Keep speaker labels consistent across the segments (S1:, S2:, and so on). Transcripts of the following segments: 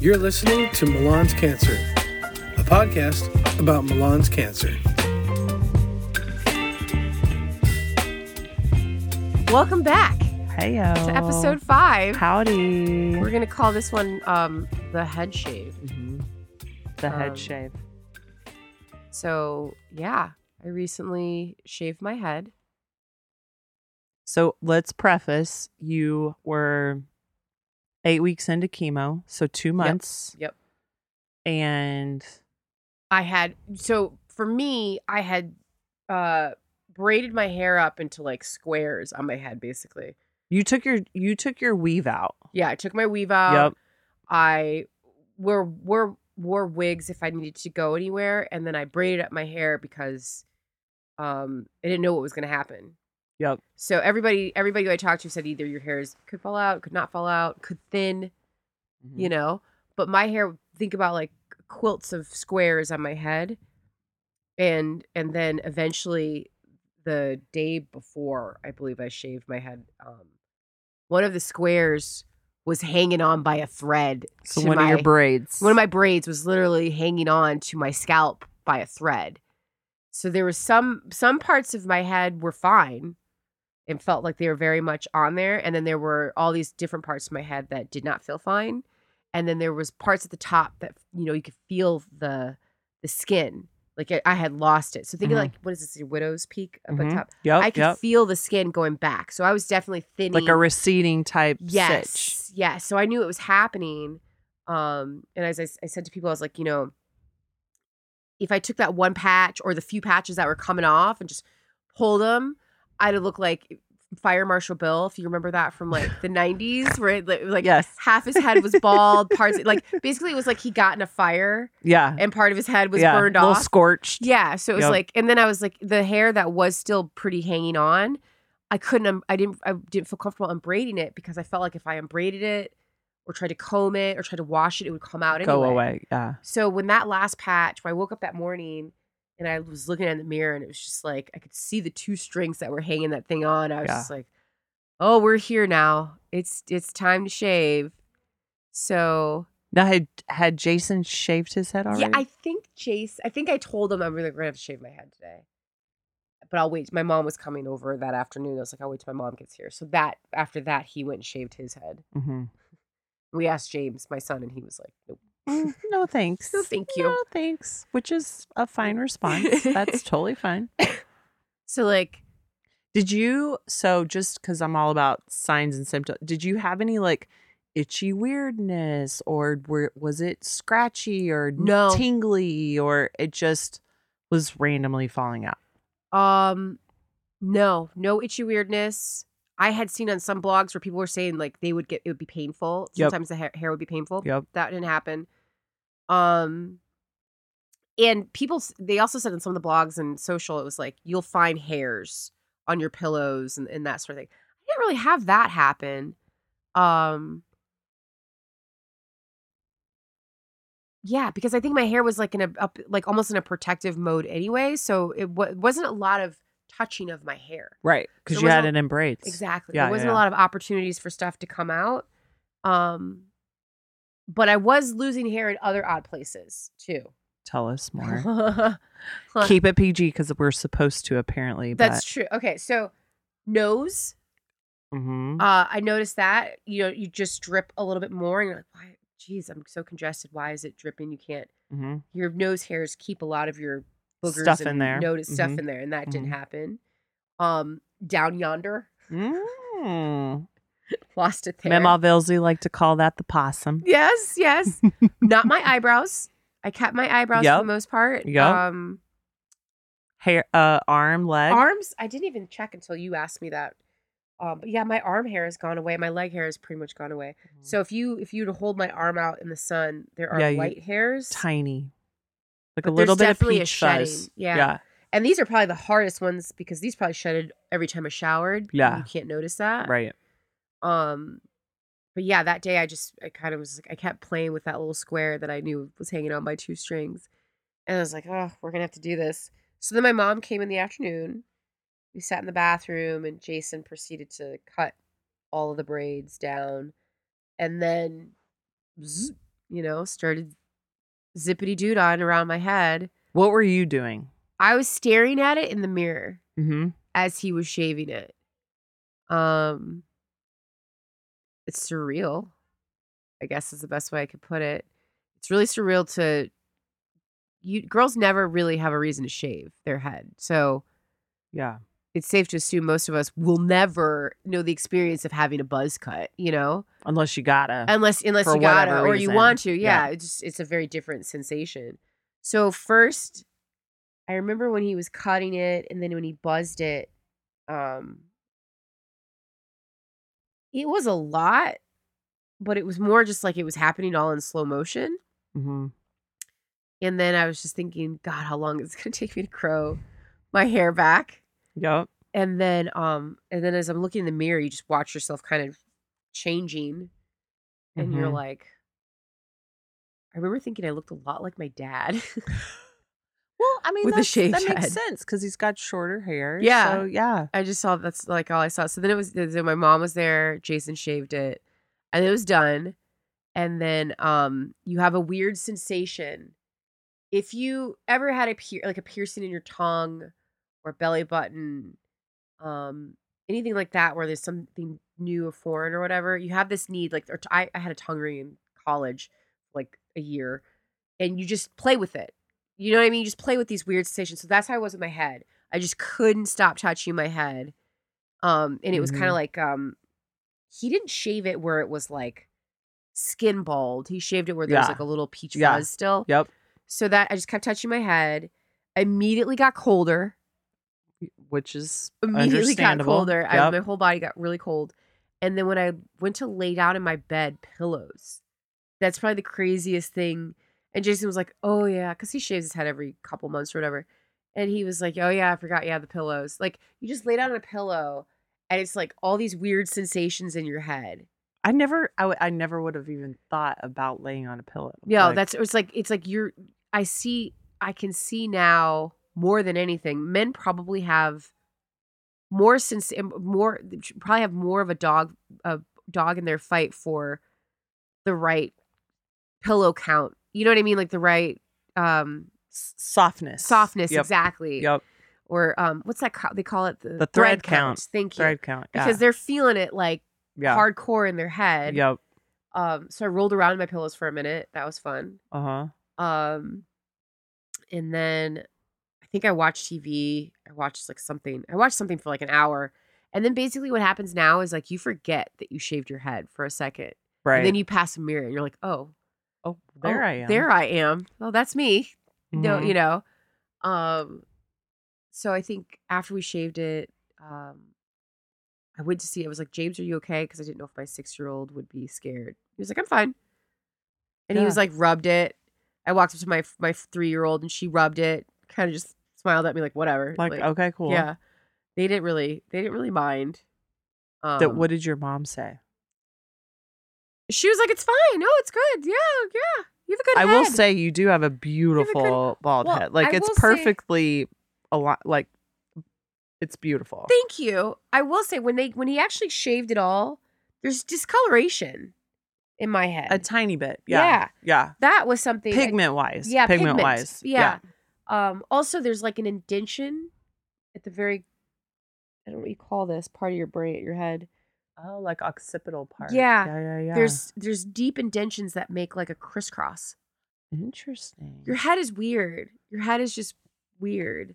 S1: You're listening to Milan's Cancer, a podcast about Milan's cancer.
S2: Welcome back
S3: Hey
S2: to episode five.
S3: Howdy.
S2: We're gonna call this one um the head shave.
S3: The head
S2: Um,
S3: shave.
S2: So yeah, I recently shaved my head.
S3: So let's preface you were eight weeks into chemo, so two months.
S2: yep.
S3: And
S2: I had so for me, I had uh braided my hair up into like squares on my head basically.
S3: you took your you took your weave out.
S2: Yeah, I took my weave out. I wore wore wore wigs if I needed to go anywhere, and then I braided up my hair because um I didn't know what was gonna happen.
S3: Yep.
S2: So everybody everybody who I talked to said either your hairs could fall out, could not fall out, could thin,
S3: Yep.
S2: you know. But my hair, think about like quilts of squares on my head, and and then eventually the day before, I believe I shaved my head. Um, one of the squares was hanging on by a thread.
S3: so
S2: to
S3: one of your
S2: my-
S3: braids.
S2: one of my braids was literally hanging on to my scalp by a thread. So there was some some parts of my head were fine and felt like they were very much on there and then there were all these different parts of my head that did not feel fine and then there was parts at the top that you know you could feel the the skin like I, I had lost it. So thinking
S3: Mhm.
S2: like what is this a widow's peak up
S3: Mhm.
S2: at top?
S3: Yep.
S2: I could
S3: yep.
S2: feel the skin going back. So I was definitely thinning
S3: like a receding type
S2: yes
S3: sitch.
S2: yes so i knew it was happening um and as I, s- I said to people i was like you know if i took that one patch or the few patches that were coming off and just pulled them i'd look like e, fire marshal bill if you remember that from like the 90s where it, li- like
S3: yes.
S2: half his head was bald parts like basically it was like he got in a fire
S3: Yeah.
S2: and part of his head was
S3: yeah.
S2: burned
S3: a little
S2: off
S3: scorched.
S2: yeah, so it was
S3: Yep.
S2: like, and then I was like, the hair that was still pretty hanging on, I couldn't, um, I didn't, I didn't feel comfortable unbraiding it because I felt like if I unbraided it or tried to comb it or tried to wash it, it would come out anyway.
S3: Go away. Yeah.
S2: So when that last patch, when I woke up that morning and I was looking in the mirror and it was just like I could see the two strings that were hanging that thing on. I was
S3: Yeah.
S2: just like, oh, we're here now. It's it's time to shave. So
S3: Now had had Jason shaved his head already?
S2: yeah, I think Jace. I think I told him I'm really gonna have to shave my head today, but I'll wait. My mom was coming over that afternoon. I was like, I'll wait till my mom gets here. So that after that, he went and shaved his head.
S3: hmm
S2: We asked James, my son, and he was like, Nope.
S3: Mm, no thanks.
S2: No, thank you.
S3: No thanks. Which is a fine response. That's totally fine.
S2: So like,
S3: Did you? So just because I'm all about signs and symptoms, did you have any like itchy weirdness, or were, was it scratchy or n-
S2: No.
S3: tingly, or it just was randomly falling out?
S2: um, no, no itchy weirdness. I had seen on some blogs where people were saying like they would get it would be painful.
S3: Yep.
S2: Sometimes the hair, hair would be painful.
S3: Yep.
S2: that didn't happen um and people s- they also said in some of the blogs and social it was like you'll find hairs on your pillows and, and that sort of thing i didn't really have that happen um yeah because i think my hair was like in a up, like almost in a protective mode anyway so it wa- wasn't a lot of touching of my hair
S3: Right,
S2: There
S3: because you
S2: was
S3: had
S2: no-
S3: it in braids.
S2: Exactly.
S3: Yeah,
S2: there
S3: yeah,
S2: wasn't
S3: yeah.
S2: a lot of opportunities for stuff to come out. Um but I was losing hair in other odd places too.
S3: Tell us more.
S2: Huh.
S3: Keep it PG because we're supposed to apparently.
S2: That's true. Okay, so nose,
S3: but, Mhm.
S2: uh I noticed that, you know, you just drip a little bit more and you're like, why geez, I'm so congested. Why is it dripping? You can't
S3: Mhm.
S2: your nose hairs keep a lot of your boogers
S3: Stuff
S2: and
S3: in there.
S2: Notice stuff
S3: Mhm.
S2: in there and that didn't
S3: Mhm.
S2: happen. Um down yonder,
S3: Mm.
S2: lost it there.
S3: Mama Vilsey like to call that the possum.
S2: Yes, yes. Not my eyebrows. I kept my eyebrows
S3: Yep.
S2: for the most part.
S3: Yep.
S2: Um
S3: hair, uh, arm, leg.
S2: arms, I didn't even check until you asked me that. Um but yeah, my arm hair has gone away. My leg hair has pretty much gone away. So if you if you were to hold my arm out in the sun, there are
S3: Mm-hmm. Yeah, you-
S2: light hairs.
S3: tiny, like
S2: But
S3: a little
S2: there's
S3: bit of
S2: definitely a
S3: peach
S2: shedding.
S3: fuzz.
S2: Yeah. and these are probably the hardest ones because these probably shedded every time I showered. because
S3: Yeah.
S2: You can't notice that.
S3: right.
S2: Um but yeah, that day I just I kind of was like I kept playing with that little square that I knew was hanging on by two strings. And I was like, "Oh, we're going to have to do this." So then my mom came in the afternoon. We sat in the bathroom and Jason proceeded to cut all of the braids down. And then zzz, you know, started zippity doo on around my head.
S3: What were you doing?
S2: I was staring at it in the mirror
S3: Mm-hmm.
S2: as he was shaving it. Um it's surreal. I guess is the best way I could put it. It's really surreal to you girls never really have a reason to shave their head. So
S3: Yeah.
S2: it's safe to assume most of us will never know the experience of having a buzz cut, you know?
S3: Unless you gotta.
S2: Unless unless
S3: For
S2: you gotta
S3: whatever
S2: or
S3: reason.
S2: you want to.
S3: Yeah.
S2: Yeah. It's just it's a very different sensation. So first I remember when he was cutting it and then when he buzzed it, um it was a lot, but it was more just like it was happening all in slow motion.
S3: mm-hmm.
S2: And then I was just thinking, God, how long is it gonna take me to grow my hair back?
S3: Yep.
S2: and then um and then as i'm looking in the mirror you just watch yourself kind of changing and you're
S3: Mhm.
S2: like i remember thinking i looked a lot like my dad
S3: Well, I mean,
S2: With a
S3: that's-
S2: shaved
S3: that makes
S2: head.
S3: sense because he's got shorter hair.
S2: Yeah.
S3: So yeah.
S2: i just saw that's like all i saw so then it was so my mom was there jason shaved it and it was done and then um you have a weird sensation if you ever had a pier- like a piercing in your tongue or belly button um anything like that where there's something new or foreign or whatever you have this need like or t- I, I had a tongue ring in college like a year and you just play with it you know what i mean you just play with these weird sensations so that's how i was with my head i just couldn't stop touching my head um and it was kind
S3: Mhm.
S2: of like um he didn't shave it where it was like skin bald he shaved it where there was
S3: Yeah.
S2: like a little peach
S3: Yeah.
S2: fuzz still
S3: Yep.
S2: so that I just kept touching my head. Immediately got colder.
S3: Which is
S2: Immediately got
S3: understandable.
S2: colder. I,
S3: Yep.
S2: my whole body got really cold. And then when I went to lay down in my bed, pillows. That's probably the craziest thing. And Jason was like, "Oh yeah," because he shaves his head every couple months or whatever. And he was like, "Oh yeah, I forgot. Yeah, the pillows. Like you just lay down on a pillow, and it's like all these weird sensations in your head.
S3: I never, I, w- I never would have even thought about laying on a pillow.
S2: No,
S3: Like,
S2: that's it's like it's like you're I see I can see now more than anything. Men probably have more since more probably have more of a dog a dog in their fight for the right pillow count. You know what I mean? Like the right um
S3: s- softness.
S2: softness
S3: Yep.
S2: exactly.
S3: Yep.
S2: Or um what's that ca- they call it the,
S3: The thread count.
S2: Thank you.
S3: Thread count. Yeah.
S2: Because they're feeling it like
S3: yeah.
S2: hardcore in their head.
S3: Yep.
S2: Um so I rolled around in my pillows for a minute. That was fun.
S3: Uh huh.
S2: Um, and then I think I watched TV. I watched like something. I watched something for like an hour. And then basically what happens now is like you forget that you shaved your head for a second.
S3: Right.
S2: And then you pass a mirror and you're like, oh,
S3: oh, there
S2: oh,
S3: I am.
S2: There I am. Oh, that's me. No,
S3: Mhm.
S2: you know. Um so I think after we shaved it, um I went to see I was like, James, are you okay? Because I didn't know if my six year old would be scared. He was like, I'm fine. And he was
S3: Yeah.
S2: like rubbed it. I walked up to my my three year old and she rubbed it, kind of just smiled at me like whatever.
S3: Like, okay, cool.
S2: Yeah. They didn't really they didn't really mind. Um,
S3: That, what did your mom say?
S2: she was like, It's fine. Oh, it's good. Yeah, yeah. You have a good
S3: I will
S2: head."
S3: say you do have a beautiful bald
S2: Well,
S3: head. Like
S2: I
S3: it's
S2: will say-
S3: perfectly a lot. Like it's beautiful.
S2: Thank you. I will say when they when he actually shaved it all, there's discoloration in my head.
S3: a tiny bit. Yeah. Yeah.
S2: that was something
S3: Pigment wise.
S2: uh, yeah,
S3: Pigment,
S2: pigment.
S3: wise.
S2: Yeah. Um also there's like an indention at the very I don't know what you call this part of your brain your head.
S3: Oh, like occipital part.
S2: Yeah.
S3: Yeah. Yeah. yeah.
S2: There's there's deep indentions that make like a crisscross.
S3: interesting.
S2: Your head is weird. Your head is just weird.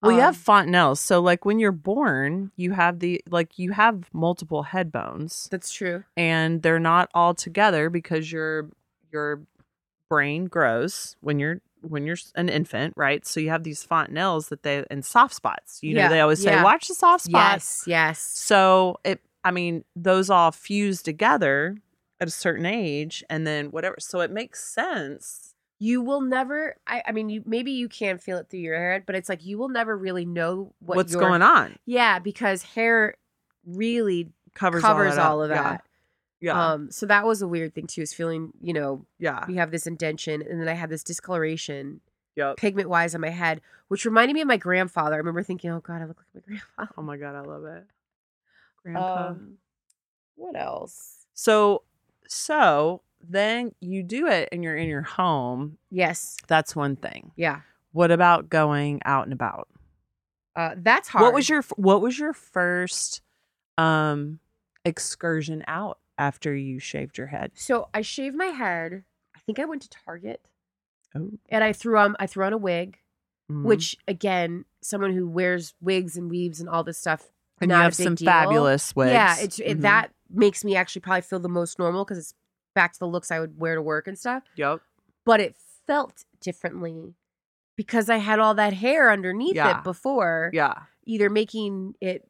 S3: Well, you have
S2: Um,
S3: fontanelles. So, like when you're born, you have the like you have multiple head bones,
S2: That's true.
S3: and they're not all together because your your brain grows when you're when you're s- an infant, right? So you have these fontanelles that they and soft spots. You know,
S2: Yeah,
S3: they always say,
S2: yeah.
S3: "Watch the soft spots."
S2: Yes, yes.
S3: So it, I mean, those all fuse together at a certain age, and then whatever. So it makes sense.
S2: you will never I, I mean you maybe you can feel it through your head but it's like you will never really know what
S3: What's
S2: your-
S3: going on
S2: yeah because hair really
S3: covers
S2: covers, all,
S3: up.
S2: of
S3: Yeah.
S2: that
S3: Yeah, Ah.
S2: um so that was a weird thing too is feeling you know
S3: yeah,
S2: you have this indention and then i had this discoloration
S3: yep.
S2: pigment wise on my head which reminded me of my grandfather i remember thinking oh god i look like my grandfather
S3: Oh my god, I love it, Grandpa.
S2: Um, what else
S3: so, so then you do it and you're in your home.
S2: Yes.
S3: That's one thing.
S2: Yeah.
S3: What about going out and about?
S2: Uh, that's hard.
S3: What was your f- What was your first um excursion out after you shaved your head?
S2: So I shaved my head. I think I went to Target.
S3: Oh.
S2: And I threw on I threw on a wig,
S3: Mhm.
S2: which again, someone who wears wigs and weaves and all this stuff.
S3: and
S2: not
S3: you
S2: a
S3: have
S2: big
S3: some
S2: deal.
S3: fabulous wigs.
S2: Yeah, it's it,
S3: Mhm.
S2: that makes me actually probably feel the most normal because it's back to the looks I would wear to work and stuff.
S3: Yep.
S2: But it felt differently because I had all that hair underneath
S3: Yeah.
S2: it before,
S3: Yeah.
S2: either making it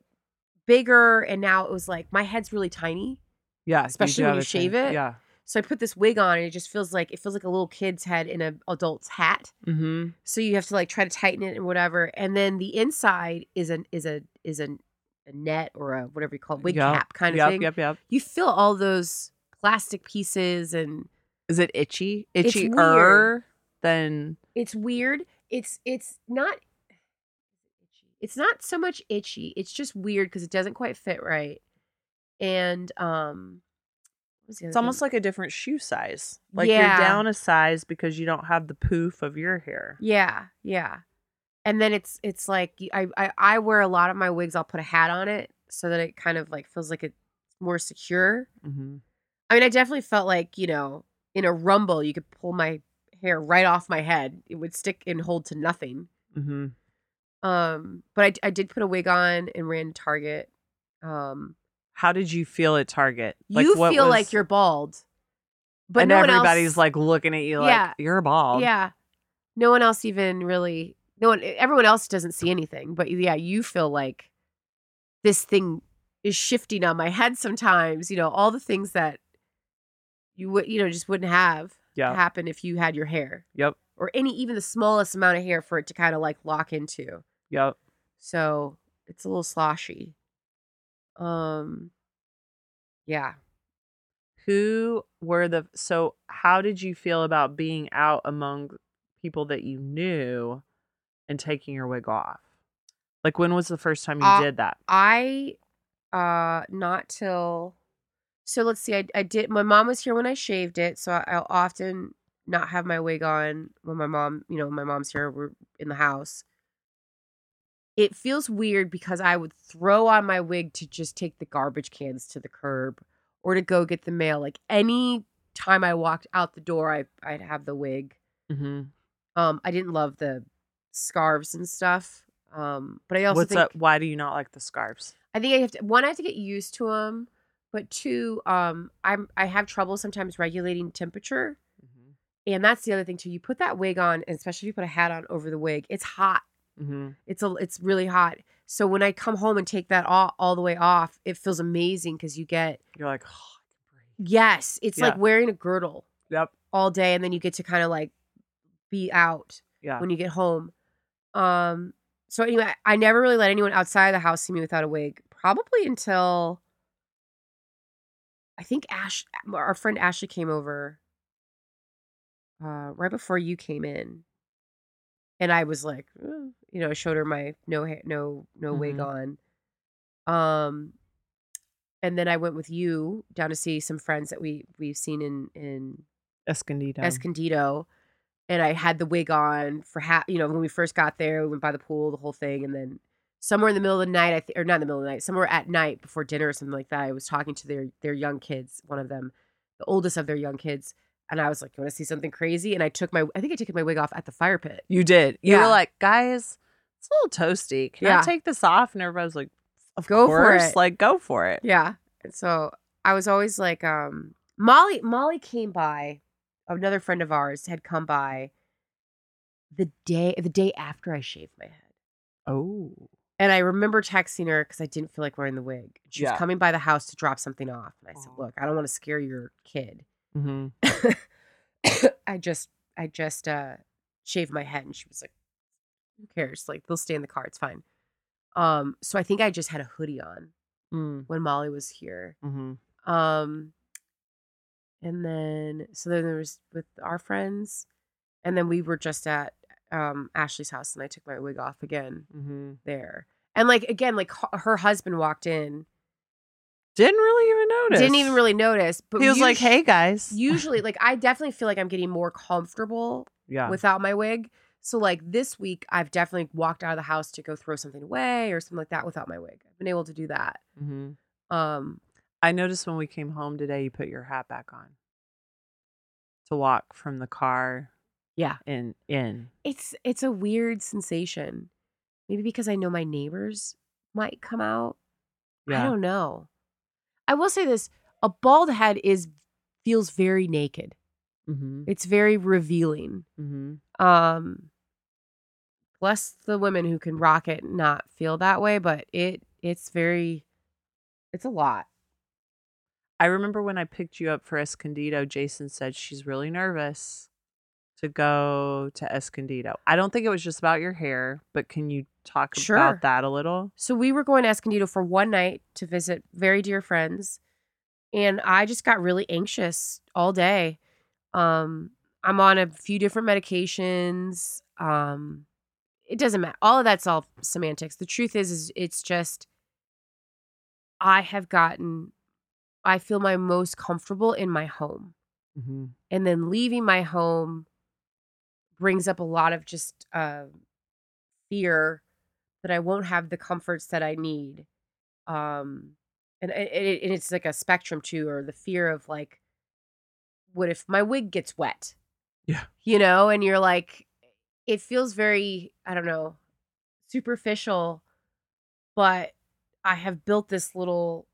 S2: bigger and now it was like my head's really tiny.
S3: Yeah.
S2: Especially
S3: do
S2: when
S3: have
S2: you
S3: a thing.
S2: shave it.
S3: Yeah.
S2: So I put this wig on and it just feels like it feels like a little kid's head in an adult's hat.
S3: Mm-hmm.
S2: So you have to like try to tighten it and whatever. And then the inside is an is a is an a net or a whatever you call it, wig
S3: Yep.
S2: cap kind of
S3: yep,
S2: thing.
S3: Yep. Yep.
S2: You feel all those plastic pieces and
S3: Is it itchy?
S2: It's
S3: Itchy
S2: weird.
S3: er than
S2: it's weird. It's it's not it's not so much itchy. It's just weird because it doesn't quite fit right. And um
S3: it's almost like a different shoe size. Like
S2: Mm-hmm. Yeah.
S3: you're down a size because you don't have the poof of your hair.
S2: Yeah, yeah. And then it's it's like y- I, I I wear a lot of my wigs. I'll put a hat on it so that it kind of like feels like it's more secure.
S3: Mm-hmm.
S2: I mean, I definitely felt like you know in a rumble you could pull my hair right off my head. It would stick and hold to nothing.
S3: Mm-hmm.
S2: Um, but I d- I did put a wig on and ran to Target. Um,
S3: How did you feel at Target?
S2: you
S3: what
S2: feel
S3: was-
S2: like you're bald, but
S3: and
S2: no
S3: everybody's
S2: one else,
S3: like looking at you like
S2: Yeah.
S3: you're bald.
S2: yeah, no one else even really no one everyone else doesn't see anything, but yeah, you feel like this thing is shifting on my head sometimes. You know, all the things that you would you know just wouldn't have
S3: Yeah.
S2: happen if you had your hair
S3: Yep.
S2: or any even the smallest amount of hair for it to kind of like lock into.
S3: Yep.
S2: So it's a little sloshy. Um yeah.
S3: Who were the so how did you feel about being out among people that you knew and taking your wig off? Like when was the first time you
S2: Uh,
S3: did that?
S2: I uh not till so let's see, I I did my mom was here when I shaved it, so I, I'll often not have my wig on when my mom, you know, when my mom's here, we're in the house. It feels weird because I would throw on my wig to just take the garbage cans to the curb or to go get the mail. Like any time I walked out the door, I I'd have the wig.
S3: Mm-hmm.
S2: Um, I didn't love the scarves and stuff. Um, but I also
S3: What's
S2: think
S3: up? Why do you not like the scarves?
S2: I think I have to one. I have to get used to them, but two, um, I'm I have trouble sometimes regulating temperature,
S3: Mm-hmm.
S2: and that's the other thing too. You put that wig on, and especially if you put a hat on over the wig, it's hot.
S3: Mm-hmm.
S2: It's a it's really hot. So when I come home and take that all all the way off, it feels amazing because you get
S3: You're like, oh, I can breathe.
S2: yes, it's like
S3: Yeah.
S2: wearing a girdle
S3: Yep.
S2: all day, and then you get to kind of like be out
S3: Yeah.
S2: when you get home. Um, so anyway, I never really let anyone outside of the house see me without a wig, probably until I think Ash, our friend Ashley, came over uh, right before you came in, and I was like, "Eh," you know, I showed her my no hair, no no wig on, um, and then I went with you down to see some friends that we we've seen in in
S3: Escondido.
S2: Escondido, and I had the wig on for half. You know, when we first got there, we went by the pool, the whole thing, and then somewhere in the middle of the night, I th- or not in the middle of the night, somewhere at night before dinner or something like that, I was talking to their their young kids, one of them, the oldest of their young kids, and I was like, "You want to see something crazy?" And I took my, I think I took my wig off at the fire pit.
S3: you did. You
S2: Yeah.
S3: were like, guys, it's a little toasty. Can
S2: Yeah.
S3: I take this off? And everybody was like, of
S2: Go for
S3: course.
S2: it.
S3: Like, go for it.
S2: Yeah, and so I was always like, um, Molly, Molly came by, another friend of ours had come by. The day, the day after I shaved my head.
S3: Oh.
S2: And I remember texting her because I didn't feel like wearing the wig. She was
S3: Yeah.
S2: coming by the house to drop something off. And I said,
S3: Aw.
S2: Look, I don't want to scare your kid.
S3: Mm-hmm.
S2: I just I just uh shaved my head and she was like, Who cares? Like they'll stay in the car, it's fine. Um, so I think I just had a hoodie on
S3: Mm-hmm.
S2: when Molly was here. Um and then so then there was with our friends, and then we were just at um Ashley's house and I took my wig off again
S3: Mm-hmm.
S2: there. And like again, like h- her husband walked in
S3: Didn't really even notice.
S2: Didn't even really notice. But
S3: he was like,
S2: usu-
S3: "Hey guys."
S2: Usually, like I definitely feel like I'm getting more comfortable
S3: yeah.
S2: without my wig. So like this week, I've definitely walked out of the house to go throw something away or something like that without my wig. I've been able to do that.
S3: hmm
S2: Um,
S3: I noticed when we came home today, you put your hat back on to walk from the car.
S2: Yeah.
S3: In in.
S2: it's it's a weird sensation. Maybe because I know my neighbors might come out. I
S3: Yeah.
S2: don't know. I will say this: a bald head is feels very naked.
S3: Mm-hmm.
S2: It's very revealing.
S3: Mm-hmm.
S2: Um, bless the women who can rock it and not feel that way, but it it's very, it's a lot.
S3: I remember when I picked you up for Escondido, Jason said she's really nervous to go to Escondido. I don't think it was just about your hair, but can you talk
S2: Sure.
S3: about that a little?
S2: So we were going to Escondido for one night to visit very dear friends, and I just got really anxious all day. Um, I'm on a few different medications. Um, it doesn't matter. All of that's all semantics. The truth is, is it's just I have gotten. I feel my most comfortable in my home
S3: Mm-hmm.
S2: and then leaving my home brings up a lot of just uh, fear that I won't have the comforts that I need. Um, and it, it, and it's like a spectrum too, or the fear of like, what if my wig gets wet?
S3: Yeah.
S2: you know, and you're like, it feels very, I don't know, superficial, but I have built this little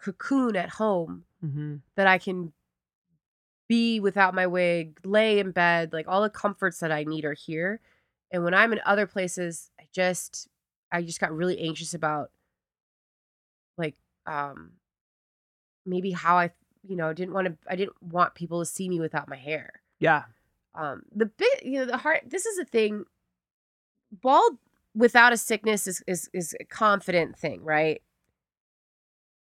S2: cocoon at home
S3: Mm-hmm.
S2: that I can be without my wig, lay in bed, like all the comforts that I need are here. And when I'm in other places, I just I just got really anxious about like um maybe how I you know, didn't want to I didn't want people to see me without my hair.
S3: Yeah.
S2: Um the bit you know, the heart this is a thing bald without a sickness is is is a confident thing, right?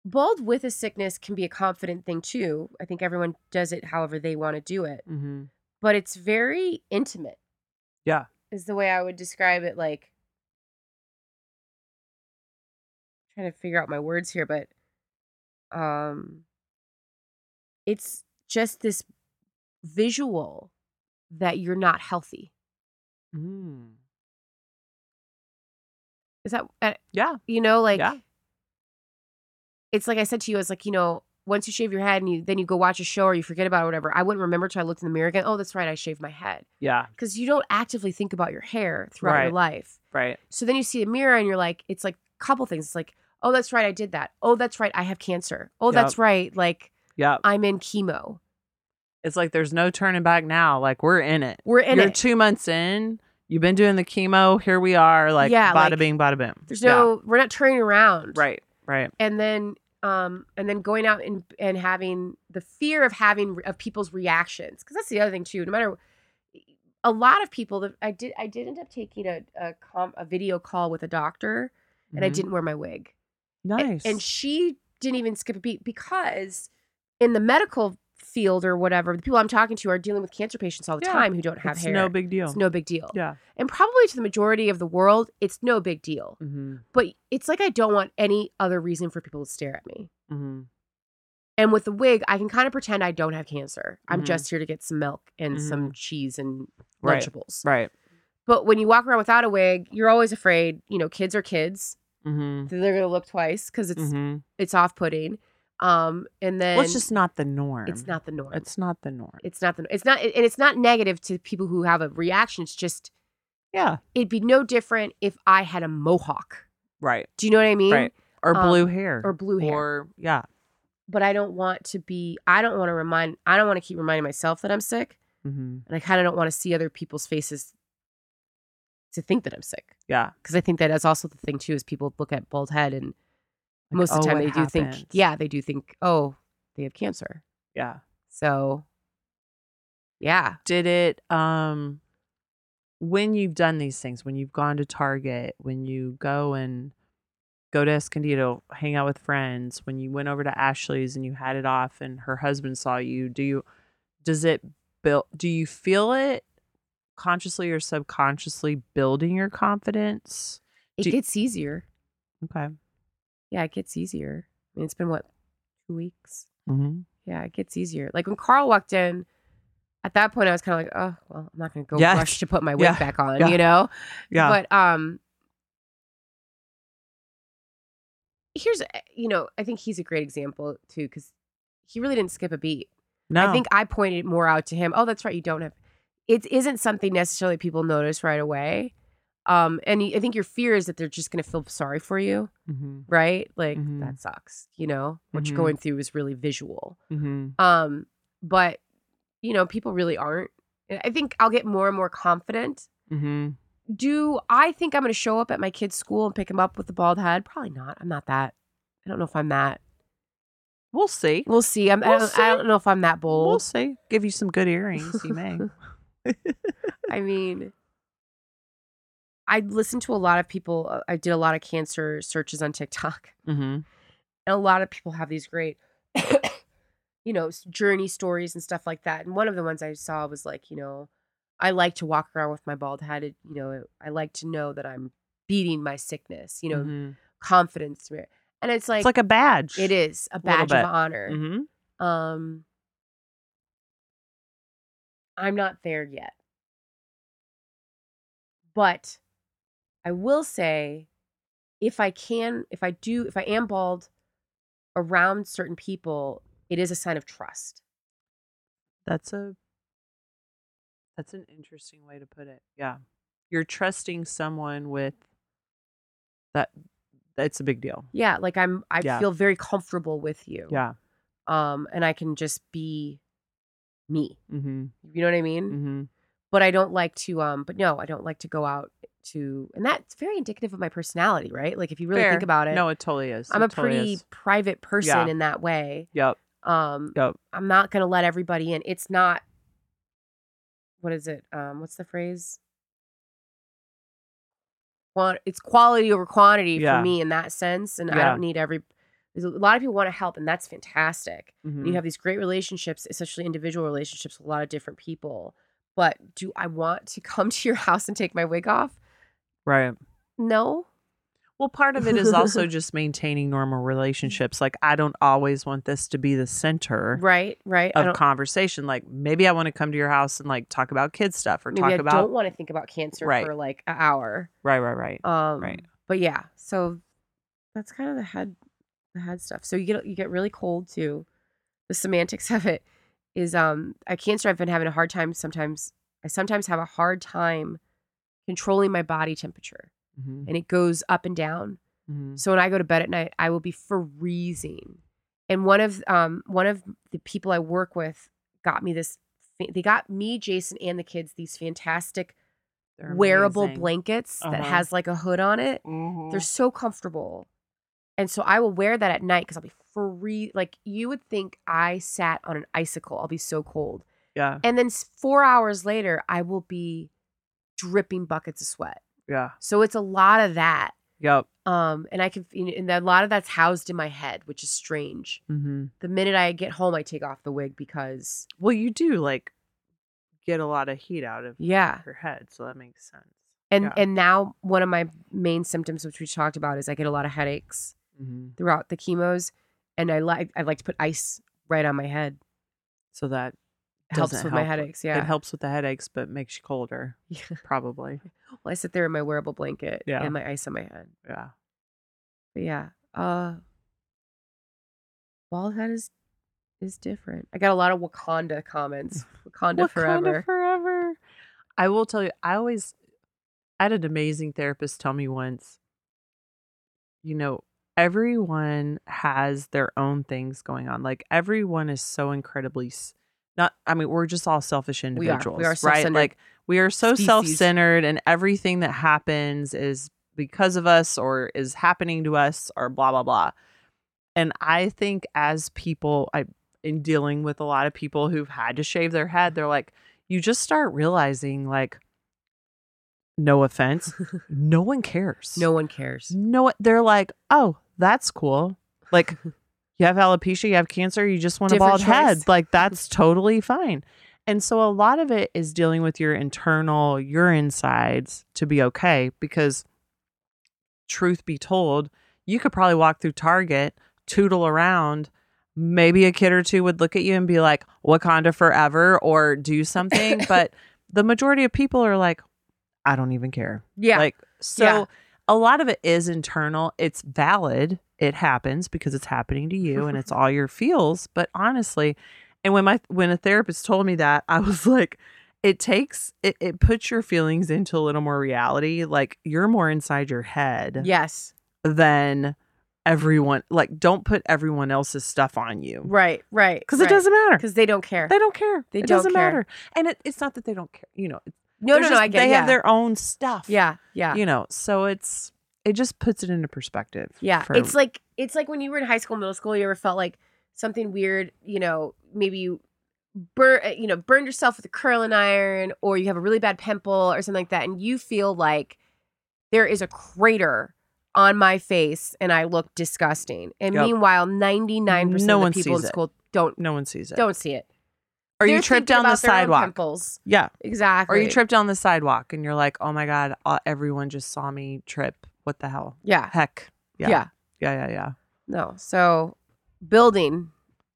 S2: Bald with a sickness can be a confident thing too. I think everyone does it however they want to do it,
S3: Mm-hmm.
S2: but it's very intimate.
S3: Yeah.
S2: Is the way I would describe it like trying to figure out my words here, but um it's just this visual that you're not healthy.
S3: Mm.
S2: Is that uh,
S3: Yeah.
S2: you know like
S3: Yeah.
S2: it's like I said to you, it's like, you know, once you shave your head and you then you go watch a show or you forget about it or whatever, I wouldn't remember till I looked in the mirror again. Oh, that's right, I shaved my head.
S3: Yeah.
S2: Because you don't actively think about your hair throughout your
S3: Right.
S2: life.
S3: Right.
S2: So then you see a mirror and you're like, it's like a couple things. It's like, oh, that's right, I did that. Oh, that's right, I have cancer. Oh, that's right, like
S3: Yeah.
S2: I'm in chemo.
S3: It's like there's no turning back now. Like we're in it.
S2: We're in
S3: You're
S2: it.
S3: two months in. You've been doing the chemo. Here we are. Like
S2: Yeah,
S3: bada
S2: like,
S3: bing, bada boom.
S2: There's
S3: Yeah.
S2: no, we're not turning around.
S3: right. Right.
S2: and then um and then going out and and having the fear of having of people's reactions because that's the other thing too no matter e, a lot of people that i did i did end up taking a a, com, a video call with a doctor and i
S3: Mhm.
S2: didn't wear my wig A-
S3: nice.
S2: and she didn't even skip a beat because in the medical field or whatever the people i'm talking to are dealing with cancer patients all the
S3: Yeah.
S2: time who don't have
S3: it's
S2: hair
S3: no big deal.
S2: it's no big deal
S3: yeah.
S2: and probably to the majority of the world it's no big deal
S3: Mm-hmm.
S2: but it's like i don't want any other reason for people to stare at me
S3: Mm-hmm.
S2: and with the wig, I can kind of pretend I don't have cancer. I'm
S3: Mhm.
S2: just here to get some milk and some cheese and
S3: Mm-hmm. Right.
S2: Lunchables.
S3: Right.
S2: But when you walk around without a wig, you're always afraid. You know, kids are kids;
S3: Mm-hmm.
S2: they're gonna look twice because it's
S3: Mm-hmm.
S2: it's off putting. Um, and then
S3: Well, it's just not the norm.
S2: it's not the norm. It's
S3: It's not the norm.
S2: it's not the it's not and it's not negative to people who have a reaction. It's just
S3: yeah.
S2: it'd be no different if I had a mohawk.
S3: Right.
S2: Do you know what I mean?
S3: Right. Or
S2: um,
S3: blue hair.
S2: Or blue hair.
S3: Or yeah.
S2: but I don't want to be. I don't want to remind. I don't want to keep reminding myself that I'm sick.
S3: Mm-hmm.
S2: and I kind of don't want to see other people's faces to think that I'm sick
S3: Yeah.
S2: because I think that that's also the thing too is people look at bald head and most of the
S3: oh,
S2: time
S3: what
S2: they do think
S3: happened?
S2: yeah they do think oh they have cancer
S3: Yeah.
S2: so yeah
S3: Did it um when you've done these things, when you've gone to Target, when you go and go to Escondido, hang out with friends, when you went over to Ashley's and you had it off and her husband saw you, do you does it build do you feel it consciously or subconsciously building your confidence?
S2: it
S3: Do-
S2: gets easier
S3: Okay.
S2: yeah it gets easier I mean, it's been what two weeks.
S3: Mm-hmm.
S2: Yeah, it gets easier. Like when Carl walked in, at that point I was kind of like, oh well, I'm not gonna go
S3: Yes.
S2: rush to put my wig
S3: Yeah.
S2: back on,
S3: Yeah.
S2: you know.
S3: Yeah.
S2: But um, here's eh, you know I think he's a great example too because he really didn't skip a beat.
S3: no.
S2: I think I pointed more out to him. Oh, that's right. You don't have. It isn't something necessarily people notice right away. Um, and I think your fear is that they're just going to feel sorry for you,
S3: Mm-hmm.
S2: right? Like
S3: Mhm.
S2: that sucks. You know what
S3: Mhm.
S2: you're going through is really visual.
S3: Mm-hmm.
S2: Um, but you know people really aren't. And I think I'll get more and more confident.
S3: Mm-hmm.
S2: Do I think I'm going to show up at my kid's school and pick him up with a bald head? Probably not. I'm not that. I don't know if I'm that.
S3: We'll see.
S2: We'll see. I'm, I,
S3: We'll
S2: don't,
S3: see.
S2: I don't know if I'm that bold.
S3: We'll see. Give you some good earrings. You may.
S2: I mean, I listened to a lot of people. uh, I did a lot of cancer searches on TikTok,
S3: mm-hmm.
S2: and a lot of people have these great, you know, s- journey stories and stuff like that. And one of the ones I saw was like, you know, I like to walk around with my bald head. It- You know, I like to know that I'm beating my sickness. You know,
S3: Mhm.
S2: confidence. And it's like,
S3: it's like a badge.
S2: it is a
S3: little
S2: badge of
S3: bit.
S2: honor.
S3: Mm-hmm.
S2: Um, I'm not there yet. But I will say if I can, if I do, if I am bald around certain people, it is a sign of trust.
S3: That's a. That's an interesting way to put it. Yeah, you're trusting someone with. That, that's a big deal.
S2: Yeah, like I'm I
S3: Yeah.
S2: feel very comfortable with you.
S3: Yeah.
S2: Um and I can just be me.
S3: Mm-hmm.
S2: You know what I mean?
S3: Mm-hmm.
S2: But I don't like to um but no, I don't like to go out to and that's very indicative of my personality, right? Like if you really think about it.
S3: No, it totally is.
S2: I'm
S3: It
S2: a
S3: totally
S2: pretty
S3: is.
S2: private person
S3: Yeah.
S2: in that way.
S3: Yep.
S2: Um,
S3: Yep.
S2: I'm not gonna let everybody in. It's not. What is it? Um, what's the phrase? Quan- It's quality over quantity
S3: Yeah.
S2: for me in that sense, and I
S3: Yeah.
S2: don't need every. There's a lot of people want to help, and that's fantastic.
S3: Mm-hmm.
S2: You have these great relationships, especially individual relationships with a lot of different people. But do I want to come to your house and take my wig off?
S3: right.
S2: No.
S3: Well, part of it is also just maintaining normal relationships. Like, I don't always want this to be the center
S2: Right. Right. I
S3: of
S2: don't,
S3: conversation. Like, maybe I want to come to your house and like talk about kid stuff or
S2: maybe
S3: talk
S2: I
S3: about
S2: don't want to think about cancer
S3: Right.
S2: for like an hour.
S3: right, right, right.
S2: Um,
S3: Right.
S2: But yeah, so that's kind of the head, the head stuff. So you get you get really cold too. The semantics of it is um, I cancer. I've been having a hard time sometimes. I sometimes have a hard time controlling my body temperature,
S3: Mm-hmm.
S2: and it goes up and down.
S3: Mm-hmm.
S2: So when I go to bed at night, I will be freezing. And one of um one of the people I work with got me this. fa- They got me, Jason, and the kids these fantastic wearable blankets that
S3: Uh-huh.
S2: has like a hood on it.
S3: Mm-hmm. Mm.
S2: They're so comfortable. And so I will wear that at night because I'll be free. Like you would think I sat on an icicle. I'll be so cold.
S3: Yeah,
S2: And then s- four hours later, I will be dripping buckets of sweat.
S3: yeah,
S2: So it's a lot of that.
S3: yep.
S2: Um, and I can, you know, and a lot of that's housed in my head, which is strange.
S3: Mm-hmm.
S2: The minute I get home, I take off the wig because,
S3: Well, you do like get a lot of heat out of
S2: yeah.
S3: your head, so that makes sense.
S2: And
S3: Yeah.
S2: and now one of my main symptoms, which we talked about, is I get a lot of headaches.
S3: Mm-hmm.
S2: throughout the chemos, and I like I like to put ice right on my head.
S3: So that
S2: It helps with
S3: Doesn't
S2: my
S3: help.
S2: headaches. Yeah.
S3: it helps with the headaches, but makes you colder,
S2: Yeah.
S3: probably.
S2: Well, I sit there in my wearable blanket
S3: Yeah.
S2: and my ice on my head.
S3: Yeah.
S2: But yeah, uh, bald head is is different. I got a lot of Wakanda comments. Wakanda, forever.
S3: forever. I will tell you, I always I had an amazing therapist tell me once, you know, everyone has their own things going on. Like everyone is so incredibly s- not I mean, we're just all selfish
S2: We are.
S3: individuals,
S2: We are
S3: right?
S2: self-centered
S3: Like we are so
S2: species.
S3: self-centered and everything that happens is because of us or is happening to us or blah blah blah. And I think as people, I in dealing with a lot of people who've had to shave their head, they're like, you just start realizing, like, no offense, no one cares.
S2: no one cares.
S3: no, they're like, oh, that's cool. Like, you have alopecia, you have cancer, you just want a
S2: Different
S3: bald head.
S2: choice.
S3: Like, that's totally fine. And so a lot of it is dealing with your internal, your insides to be okay. Because truth be told, you could probably walk through Target, tootle around, maybe a kid or two would look at you and be like, Wakanda forever or do something. but the majority of people are like, I don't even care.
S2: Yeah.
S3: Like, so
S2: Yeah.
S3: a lot of it is internal. It's valid. It happens because it's happening to you and it's all your feels. But honestly, and when my when a therapist told me that, I was like, it takes it, it puts your feelings into a little more reality. Like you're more inside your head
S2: yes.
S3: than everyone. Like, don't put everyone else's stuff on you.
S2: Right. Right.
S3: Because
S2: right.
S3: it doesn't matter.
S2: Because they don't care.
S3: They don't care.
S2: They
S3: it
S2: don't
S3: doesn't
S2: care.
S3: matter. And it, it's not that they don't care. You know,
S2: no, no,
S3: they're
S2: no.
S3: just-
S2: I get.
S3: they
S2: yeah.
S3: have their own stuff.
S2: yeah. Yeah.
S3: You know, so it's it just puts it into perspective.
S2: Yeah,
S3: for-
S2: it's like it's like when you were in high school, middle school. You ever felt like something weird? You know, maybe you burn, you know, burned yourself with a curling iron, or you have a really bad pimple, or something like that, and you feel like there is a crater on my face, and I look disgusting. And
S3: Yep.
S2: meanwhile, ninety nine percent
S3: No
S2: of
S3: one
S2: the people in
S3: sees it.
S2: school don't
S3: no one sees it.
S2: don't see it.
S3: or you
S2: They're
S3: trip
S2: thinking
S3: down the
S2: about their own
S3: sidewalk.
S2: Pimples,
S3: Yeah. Or
S2: exactly.
S3: you trip down the sidewalk and you're like, oh my god, uh, everyone just saw me trip. What the hell?
S2: Yeah.
S3: Heck.
S2: yeah,
S3: Yeah. Yeah. Yeah.
S2: No, so building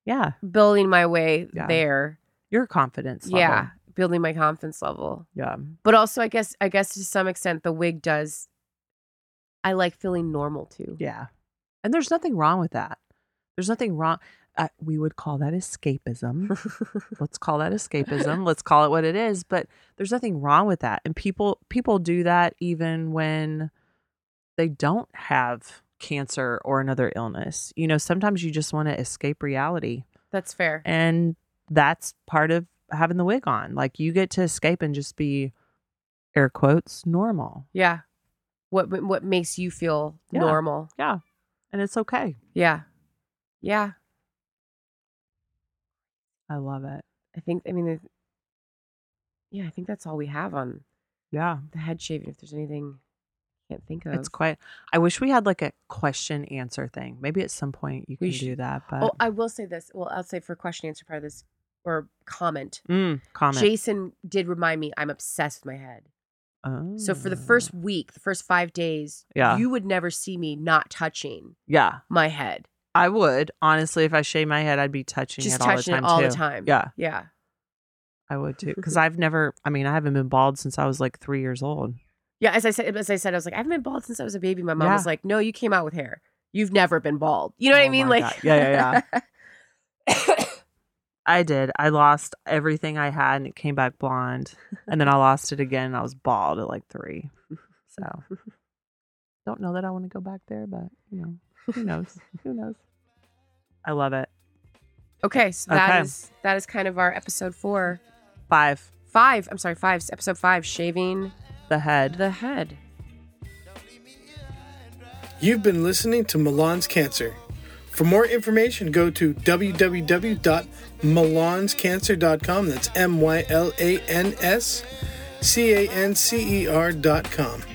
S3: Yeah.
S2: building my way
S3: Yeah.
S2: there.
S3: Your confidence. level.
S2: Yeah, building my confidence level.
S3: Yeah.
S2: But also, I guess, I guess to some extent, the wig does. I like feeling normal too.
S3: Yeah. And there's nothing wrong with that. There's nothing wrong. Uh, we would call that escapism. Let's call that escapism. Let's call it what it is. But there's nothing wrong with that. And people people do that even when they don't have cancer or another illness. You know, sometimes you just want to escape reality,
S2: That's fair.
S3: and that's part of having the wig on. Like you get to escape and just be air quotes normal,
S2: Yeah. What what makes you feel
S3: Yeah.
S2: normal?
S3: and it's okay.
S2: Yeah. Yeah.
S3: I love it.
S2: I think. I mean. it- Yeah, I think that's all we have on
S3: Yeah.
S2: the head shaving. If there's anything, I can't think of.
S3: It's quite. I wish we had like a question answer thing. Maybe at some point you
S2: We
S3: can
S2: should-
S3: do that. But
S2: oh, I will say this. Well, I'll say for question answer part of this or comment.
S3: Mm, comment.
S2: Jason did remind me I'm obsessed with my head. So for the first
S3: Oh.
S2: week, the first five days,
S3: Yeah.
S2: you would never see me not touching
S3: yeah,
S2: my head,
S3: I would honestly. If I shave my head, I'd be touching
S2: just
S3: it all
S2: touching
S3: the time
S2: it all
S3: too.
S2: the time.
S3: Yeah,
S2: yeah,
S3: I would too. Because I've never. I mean, I haven't been bald since I was like three years old.
S2: yeah. As I said, as I said, I was like, I haven't been bald since I was a baby. My mom was
S3: Yeah.
S2: like, No, you came out with hair. You've never been bald. You know what I
S3: Oh
S2: mean?
S3: my
S2: Like,
S3: God. Yeah, yeah,
S2: yeah.
S3: I did. I lost everything I had, and it came back blonde. and then I lost it again. And I was bald at like three. So don't know that I want to go back there, but you know, who knows? who knows? I love it.
S2: okay, so that
S3: Okay.
S2: is that is kind of our episode four,
S3: Five.
S2: five. I'm sorry, five. Episode five, shaving
S3: The head.
S2: the head.
S1: You've been listening to Milan's Cancer. For more information, go to www.milanscancer.com. That's M Y L A N S C A N C E R.com.